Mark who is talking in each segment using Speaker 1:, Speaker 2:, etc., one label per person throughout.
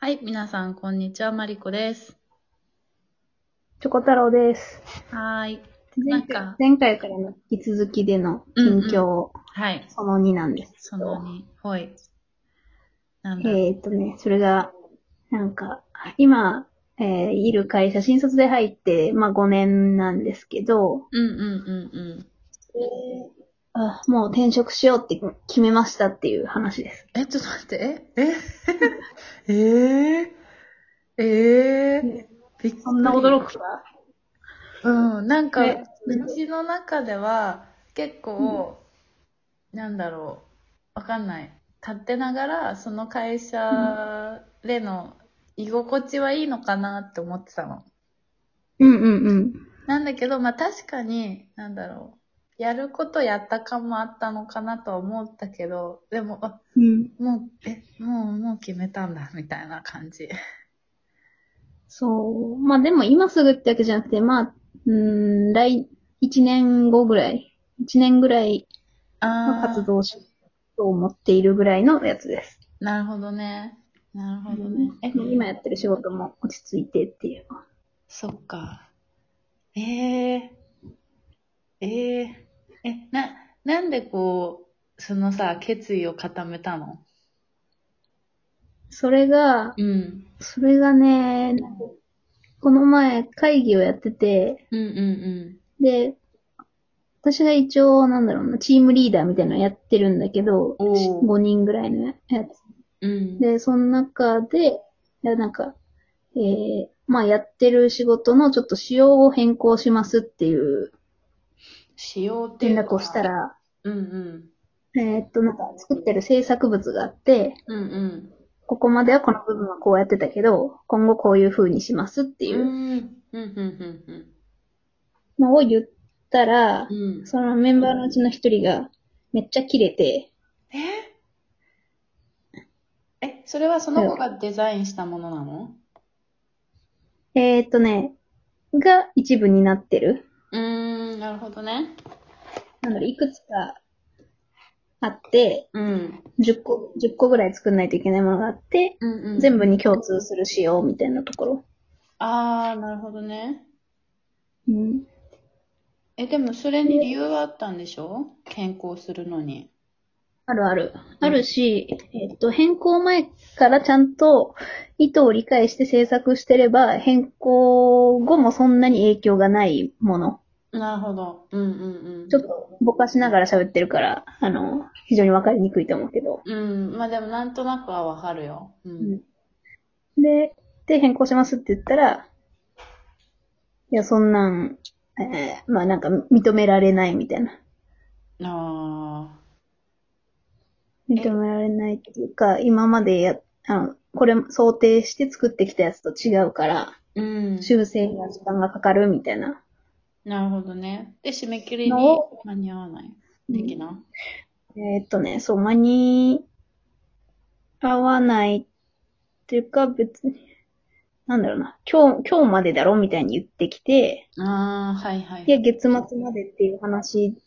Speaker 1: はい、皆さん、こんにちは、マリコです。
Speaker 2: チョコ太郎です。
Speaker 1: はーい。な
Speaker 2: 前
Speaker 1: ん
Speaker 2: 回
Speaker 1: か
Speaker 2: 前回からの引き続きでの近況、
Speaker 1: はい。
Speaker 2: その2なんです
Speaker 1: その2、ほい。なんだ、
Speaker 2: えーっとね、それが、なんか、今、えーいる会社、新卒で入って、まあ5年なんですけど、
Speaker 1: うんうんうん
Speaker 2: あもう転職しようって決めましたっていう話です。
Speaker 1: うん。え、ちょっと待って、ええ えー、えー、びっくり
Speaker 2: そんな驚くか
Speaker 1: うん、なんか、
Speaker 2: ね
Speaker 1: うちの中では、結構、なんだろう、わかんない。勝手ながら、その会社での居心地はいいのかなって思ってたの。
Speaker 2: うんうんうん。
Speaker 1: なんだけど、まあ確かに、なんだろう、やることやった感もあったのかなとは思ったけど、でも、あ、
Speaker 2: うん。
Speaker 1: もう、え、もう、もう決めたんだ、みたいな感じ。
Speaker 2: そう。まあでも今すぐってわけじゃなくて、まあ、うーん、来、1年後ぐらい、1年ぐらいの
Speaker 1: あ
Speaker 2: 活動をしようと思っているぐらいのやつです。
Speaker 1: なるほどね。なるほどね。え、
Speaker 2: うん今やってる仕事も落ち着いてっていう。
Speaker 1: そっか。えええええ、な、なんでこう、そのさ、決意を固めたの
Speaker 2: それが、
Speaker 1: うん。
Speaker 2: それがね、この前会議をやってて、
Speaker 1: うんうん
Speaker 2: で、私が一応、なんだろうな、チームリーダーみたいなのやってるんだけど、
Speaker 1: おー
Speaker 2: 5人ぐらいのやつ。
Speaker 1: うん。うん。
Speaker 2: で、その中で、いやなんか、えー、まあやってる仕事のちょっと仕様を変更しますっていう
Speaker 1: しようってい
Speaker 2: 連
Speaker 1: うのは。
Speaker 2: 絡をしたら、
Speaker 1: うんうん。
Speaker 2: えーっと、なんか作ってる制作物があって、
Speaker 1: うんうん。
Speaker 2: ここまではこの部分はこうやってたけど、今後こういう風にしますって
Speaker 1: う
Speaker 2: い
Speaker 1: ん。う
Speaker 2: うん
Speaker 1: うん
Speaker 2: のを言ったら
Speaker 1: うんう、ん。
Speaker 2: そのメンバーのうちの一人がめっちゃキレて、
Speaker 1: ええ、それはその子がデザインしたものなの
Speaker 2: えー、っとね、が一部になってる。
Speaker 1: うーん、なるほどね。
Speaker 2: なんだろう、いくつかあって、
Speaker 1: うん。
Speaker 2: 10個、10個ぐらい作んないといけないものがあって、
Speaker 1: うんうん。
Speaker 2: 全
Speaker 1: 部。
Speaker 2: 部に共通する仕様みたいなところ。
Speaker 1: あー、なるほどね。
Speaker 2: うん。
Speaker 1: え、でもそれに理由はあったんでしょ健康するのに。
Speaker 2: あるある。あるし、えーっと、変更前からちゃんと意図を理解して制作してれば、変更後もそんなに影響がないもの。
Speaker 1: なるほど。うんうんうん。
Speaker 2: ちょっとぼかしながら喋ってるから、あの、非常にわかりにくいと思うけど。
Speaker 1: うん。まあでもなんとなくはわかるよ。う
Speaker 2: うんん。で、で、変更しますって言ったら、いや、そんなん、えーまあなんか認められないみたいな。
Speaker 1: あ
Speaker 2: 認められないっていうか、今までや、あの、これ想定して作ってきたやつと違うから、
Speaker 1: ー。うん。
Speaker 2: 修正には時間がかかるみたいな。
Speaker 1: なるほどね。で、締め切りに
Speaker 2: の
Speaker 1: 間に合わない。
Speaker 2: うん
Speaker 1: 的な。
Speaker 2: えーっとね、そう、間に合わないっていうか、別に、なんだろうな、今日、今日までだろみたいに言ってきて、
Speaker 1: ああ、はいはい。
Speaker 2: いや、月末までっていう話、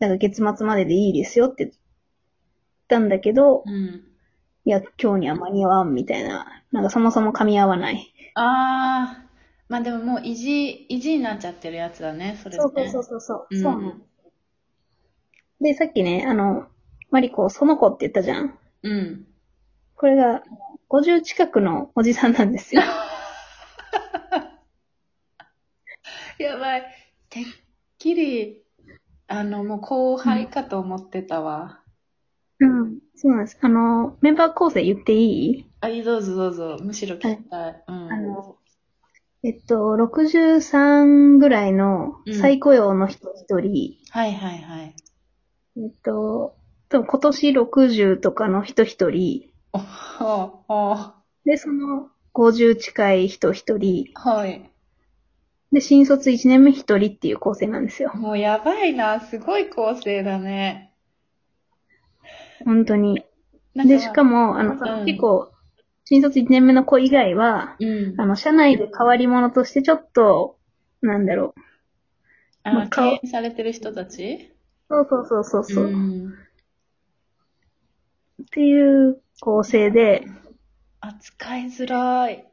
Speaker 2: だから月末まででいいですよって言ったんだけど、
Speaker 1: うん。
Speaker 2: いや、今日には間に合わんみたいな、なんかそもそも噛み合わない。
Speaker 1: ああ、まあでももう意地、意地になっちゃってるやつだね、それね。
Speaker 2: そうそうそうそうそう、
Speaker 1: うん
Speaker 2: そうなので、さっきね、あの、マリコ、その子って言ったじゃん。
Speaker 1: うん。
Speaker 2: これが、50近くのおじさんなんですよ。
Speaker 1: やばい。てっきり、あの、もう後輩かと思ってたわ。
Speaker 2: うん。そうなんです。あの、メンバー構成言っていい
Speaker 1: あ、いいどうぞどうぞ。むしろ聞きたい。うん。
Speaker 2: あの、えっと、63ぐらいの
Speaker 1: うん
Speaker 2: 再雇用の人一人、
Speaker 1: はいはいはい。
Speaker 2: えっと、でも今年60とかの人一人、
Speaker 1: おほお
Speaker 2: で、その50近い人一人、
Speaker 1: はい。
Speaker 2: で、新卒1年目一人っていう構成なんですよ。
Speaker 1: もうやばいな。すごい構成だね。
Speaker 2: 本当に。
Speaker 1: なん
Speaker 2: で、しか
Speaker 1: も、
Speaker 2: も、あの、
Speaker 1: うん
Speaker 2: 結構、新卒1年目の子以外は、
Speaker 1: うん。
Speaker 2: あの、社内で変わり者としてちょっと、なんだろう。
Speaker 1: あ
Speaker 2: ま
Speaker 1: の、
Speaker 2: あ
Speaker 1: 敬
Speaker 2: 顔
Speaker 1: 遠されてる人たち
Speaker 2: そうそうそうそうそう。
Speaker 1: ん。
Speaker 2: っていう構成で、
Speaker 1: 扱いづらい。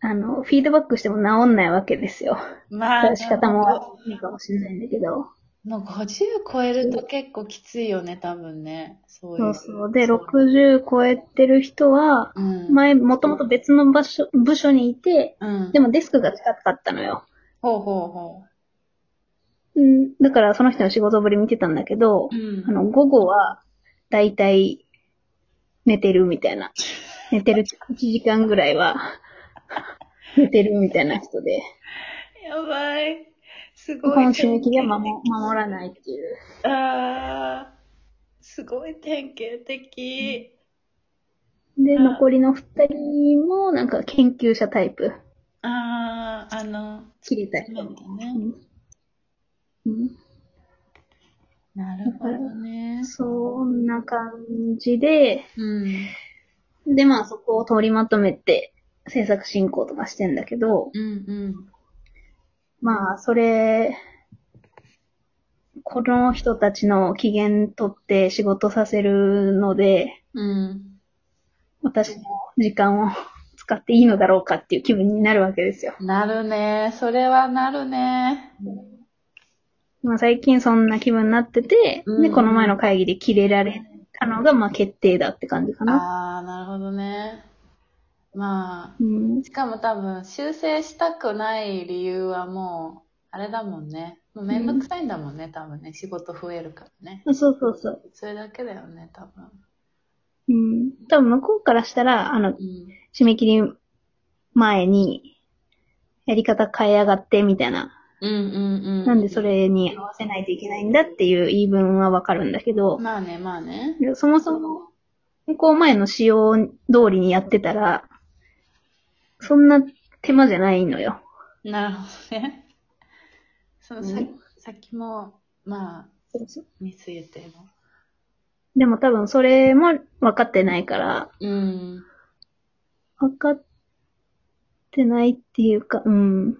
Speaker 2: あの、フィードバックしても治んないわけですよ。
Speaker 1: まあ、
Speaker 2: 仕方も悪いかもしれないんだけど。
Speaker 1: もう50超えると結構きついよね、多分ね。そういう。
Speaker 2: そうそう。で、60超えてる人は、
Speaker 1: うん。
Speaker 2: 前、もともと別の場所、部署にいて、
Speaker 1: うん。
Speaker 2: でもデスクが近かったのよ。
Speaker 1: ほうほうほ
Speaker 2: うん、だからその人の仕事ぶり見てたんだけど
Speaker 1: う。、うん
Speaker 2: あの、午後は、だいたい、寝てるみたいな。寝てる1時間ぐらい は、寝てるみたいな人で、
Speaker 1: やばい。すご
Speaker 2: こ
Speaker 1: い。
Speaker 2: の締め切りは守守らないっていう。
Speaker 1: ああ、すごい典型的。
Speaker 2: で、
Speaker 1: うん
Speaker 2: 残りの二人も、なんか研究者タイプ。
Speaker 1: ああ、あの、
Speaker 2: 切れた人
Speaker 1: なん
Speaker 2: も。
Speaker 1: だ
Speaker 2: う
Speaker 1: ね。
Speaker 2: んうん
Speaker 1: なるほどね。
Speaker 2: そんな感じで、
Speaker 1: うん。
Speaker 2: で、まあそこを取りまとめて制作進行とかしてんだけど、
Speaker 1: うんうん。
Speaker 2: まあそれ、この人たちの機嫌取って仕事させるので、
Speaker 1: うん。
Speaker 2: 私も時間を 使っていいのだろうかっていう気分になるわけですよ。
Speaker 1: なるね。それはなるね。
Speaker 2: まあ最近そんな気分になってて、
Speaker 1: う
Speaker 2: で、
Speaker 1: ん
Speaker 2: この前の会議で切れられたのが、まあ決定だって感じかな。
Speaker 1: ああ、なるほどね。ま
Speaker 2: うん
Speaker 1: あ、しかも多分、修正したくない理由はもう、あれだもんね。もうめんどくさいんだもんね、多分ね。仕事増えるからね。
Speaker 2: そうそうそう。
Speaker 1: それだけだよね、多分。
Speaker 2: うん。多分向こうからしたら、あの、
Speaker 1: うん。
Speaker 2: 締め切り前に、やり方変えやがって、みたいな。
Speaker 1: うんうんうん。
Speaker 2: なんでそれに合わせないといけないんだっていう言い分はわかるんだけど、
Speaker 1: まあね、まあね。
Speaker 2: そもそも、向こう前の仕様通りにやってたら、そんな手間じゃないのよ。
Speaker 1: なるほどね。 そのさ、
Speaker 2: うん
Speaker 1: さっきも、まあ、ミス言っても。
Speaker 2: でも多分それも分かってないから、
Speaker 1: うん。
Speaker 2: 分かってないっていうか、うん。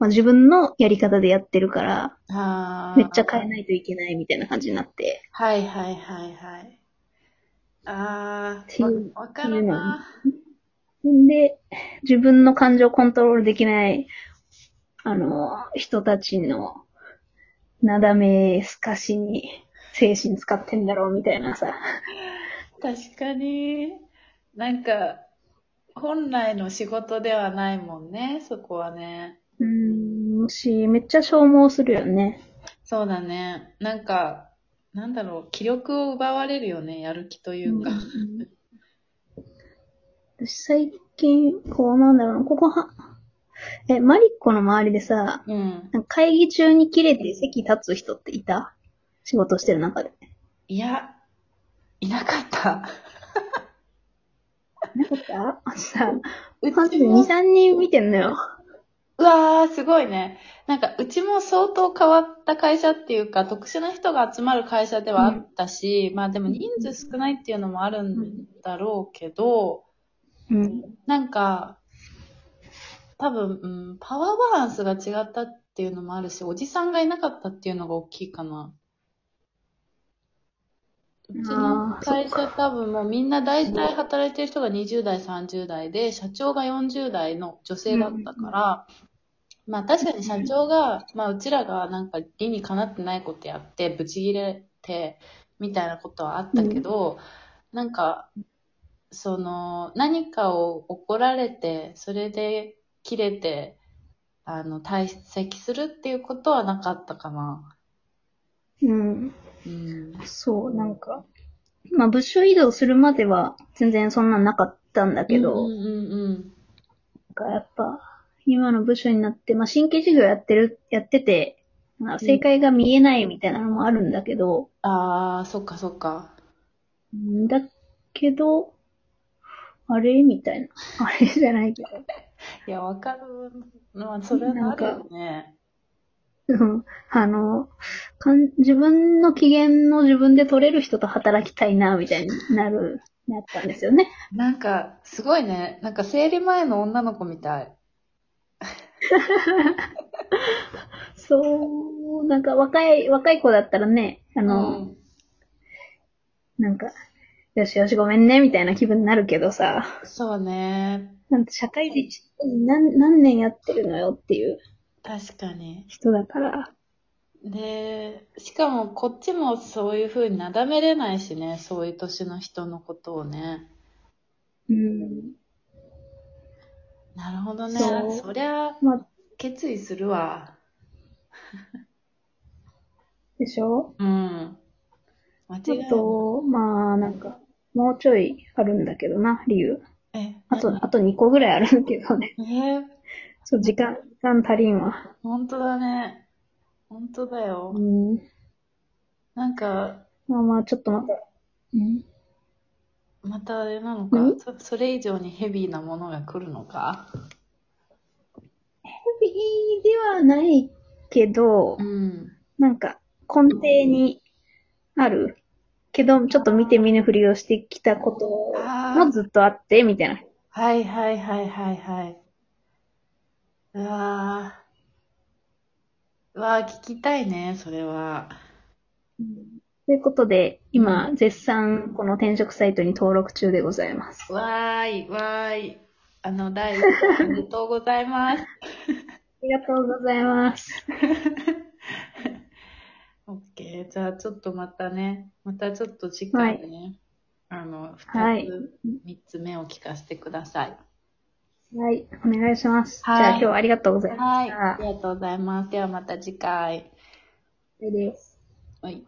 Speaker 2: まあ、自分のやり方でやってるから、
Speaker 1: ああ。
Speaker 2: めっちゃ変えないといけないみたいな感じになって。
Speaker 1: はいはいはいはい。あ
Speaker 2: ってい
Speaker 1: あ、
Speaker 2: う
Speaker 1: わわかるな。
Speaker 2: で、自分の感情をコントロールできない、あの、人たちの、なだめすかしに、精神使ってんだろうみたいなさ。
Speaker 1: 確かに。なんか、本来の仕事ではないもんね、そこはね。
Speaker 2: うーん、し、めっちゃ消耗するよね。
Speaker 1: そうだね。なんか、なんだろう、気力を奪われるよね、やる気というか。
Speaker 2: うん私最近、こうなんだろうな、ここは、え、マリッコの周りでさ、
Speaker 1: うん。
Speaker 2: なんか会議中に切れて席立つ人っていた仕事してる中で。
Speaker 1: いや、いなかった。
Speaker 2: なかったあさ、
Speaker 1: う
Speaker 2: マジ
Speaker 1: ち
Speaker 2: で2、
Speaker 1: も、
Speaker 2: 3人見てんのよ。
Speaker 1: うわー、すごいね。なんか、うちも相当変わった会社っていうか、特殊な人が集まる会社ではあったし、まあでも人数少ないっていうのもあるんだろうけど、
Speaker 2: うん。
Speaker 1: なんか、多分、うん、パワーバランスが違ったっていうのもあるし、おじさんがいなかったっていうのが大きいかな。うちの会社多分もうみんな大体働いてる人が20代、30代で、社長が40代の女性だったから、まあ確かに社長が、まあうちらがなんか理にかなってないことやって、ブチ切れて、みたいなことはあったけど、なんか、その、何かを怒られて、それで切れて、あの、退席するっていうことはなかったかな。
Speaker 2: うん。
Speaker 1: うん。
Speaker 2: そう、なんか、まあ部署移動するまでは全然そんなんなかったんだけど、
Speaker 1: うんうんうん
Speaker 2: なんかやっぱ、今の部署になって、まあ、新規事業やってる、やってて、まあ、正解が見えないみたいなのもあるんだけど、
Speaker 1: うん。ああ、そっかそっか。
Speaker 2: んだけど、あれみたいな。 あれじゃないけ
Speaker 1: いや、わかる。まあ、それはあるよね。
Speaker 2: ど。うんあの、かん、自分の機嫌の自分で取れる人と働きたいな、みたいになる、なったんですよね。
Speaker 1: なんか、すごいね。なんか、生理前の女の子みたい。
Speaker 2: そう、なんか若い、若い子だったらね、あの、
Speaker 1: うん
Speaker 2: なんか、よしよしごめんね、みたいな気分になるけどさ、
Speaker 1: そうね。
Speaker 2: なんて社会人何何年やってるのよっていう
Speaker 1: 確かに。
Speaker 2: 人だから、
Speaker 1: で、しかもこっちもそういう風になだめれないしね、そういう年の人のことをね。
Speaker 2: うん。
Speaker 1: なるほどね。
Speaker 2: そう
Speaker 1: そりゃ、
Speaker 2: まあ、
Speaker 1: 決意するわ。
Speaker 2: でしょ
Speaker 1: うん。間違い
Speaker 2: ち
Speaker 1: な
Speaker 2: ょ
Speaker 1: い。
Speaker 2: っと、まあ、なんか、もうちょいあるんだけどな、理由。
Speaker 1: え、
Speaker 2: あと、
Speaker 1: 何
Speaker 2: あと2個ぐらいあるんだけど ね。
Speaker 1: えー
Speaker 2: そう、時間、時間足りんわ。
Speaker 1: 本当だね。本当だよ
Speaker 2: う。ん。
Speaker 1: なんか、
Speaker 2: まあまあ、ちょっとまた。うん。
Speaker 1: またあれなの
Speaker 2: う
Speaker 1: か
Speaker 2: ん
Speaker 1: そ、それ以上にヘビーなものが来るのか
Speaker 2: ヘビーではないけど
Speaker 1: う、ん。
Speaker 2: なんか、根底にある。けど、ちょっと見て見ぬふりをしてきたこともずっとあって、みたいな。
Speaker 1: はいはいはいはいはい。うわぁ。うわぁ、聞きたいね、それは。
Speaker 2: ということで、今、絶賛、この転職サイトに登録中でございます。
Speaker 1: わーい、わーい。あの、第一弾おめでとうござい ます。
Speaker 2: ありがとうございます。
Speaker 1: オッケー。じゃあ、ちょっとまたね、またちょっと次回ね、あ
Speaker 2: は
Speaker 1: の、二
Speaker 2: い
Speaker 1: つ、三つ目を聞かせてください。
Speaker 2: はい、お願いします。
Speaker 1: はい
Speaker 2: じゃあ、今日はありがとうございま
Speaker 1: は
Speaker 2: し
Speaker 1: い。
Speaker 2: た。
Speaker 1: ありがとうございます。ではまた次回。
Speaker 2: い。です。
Speaker 1: はい。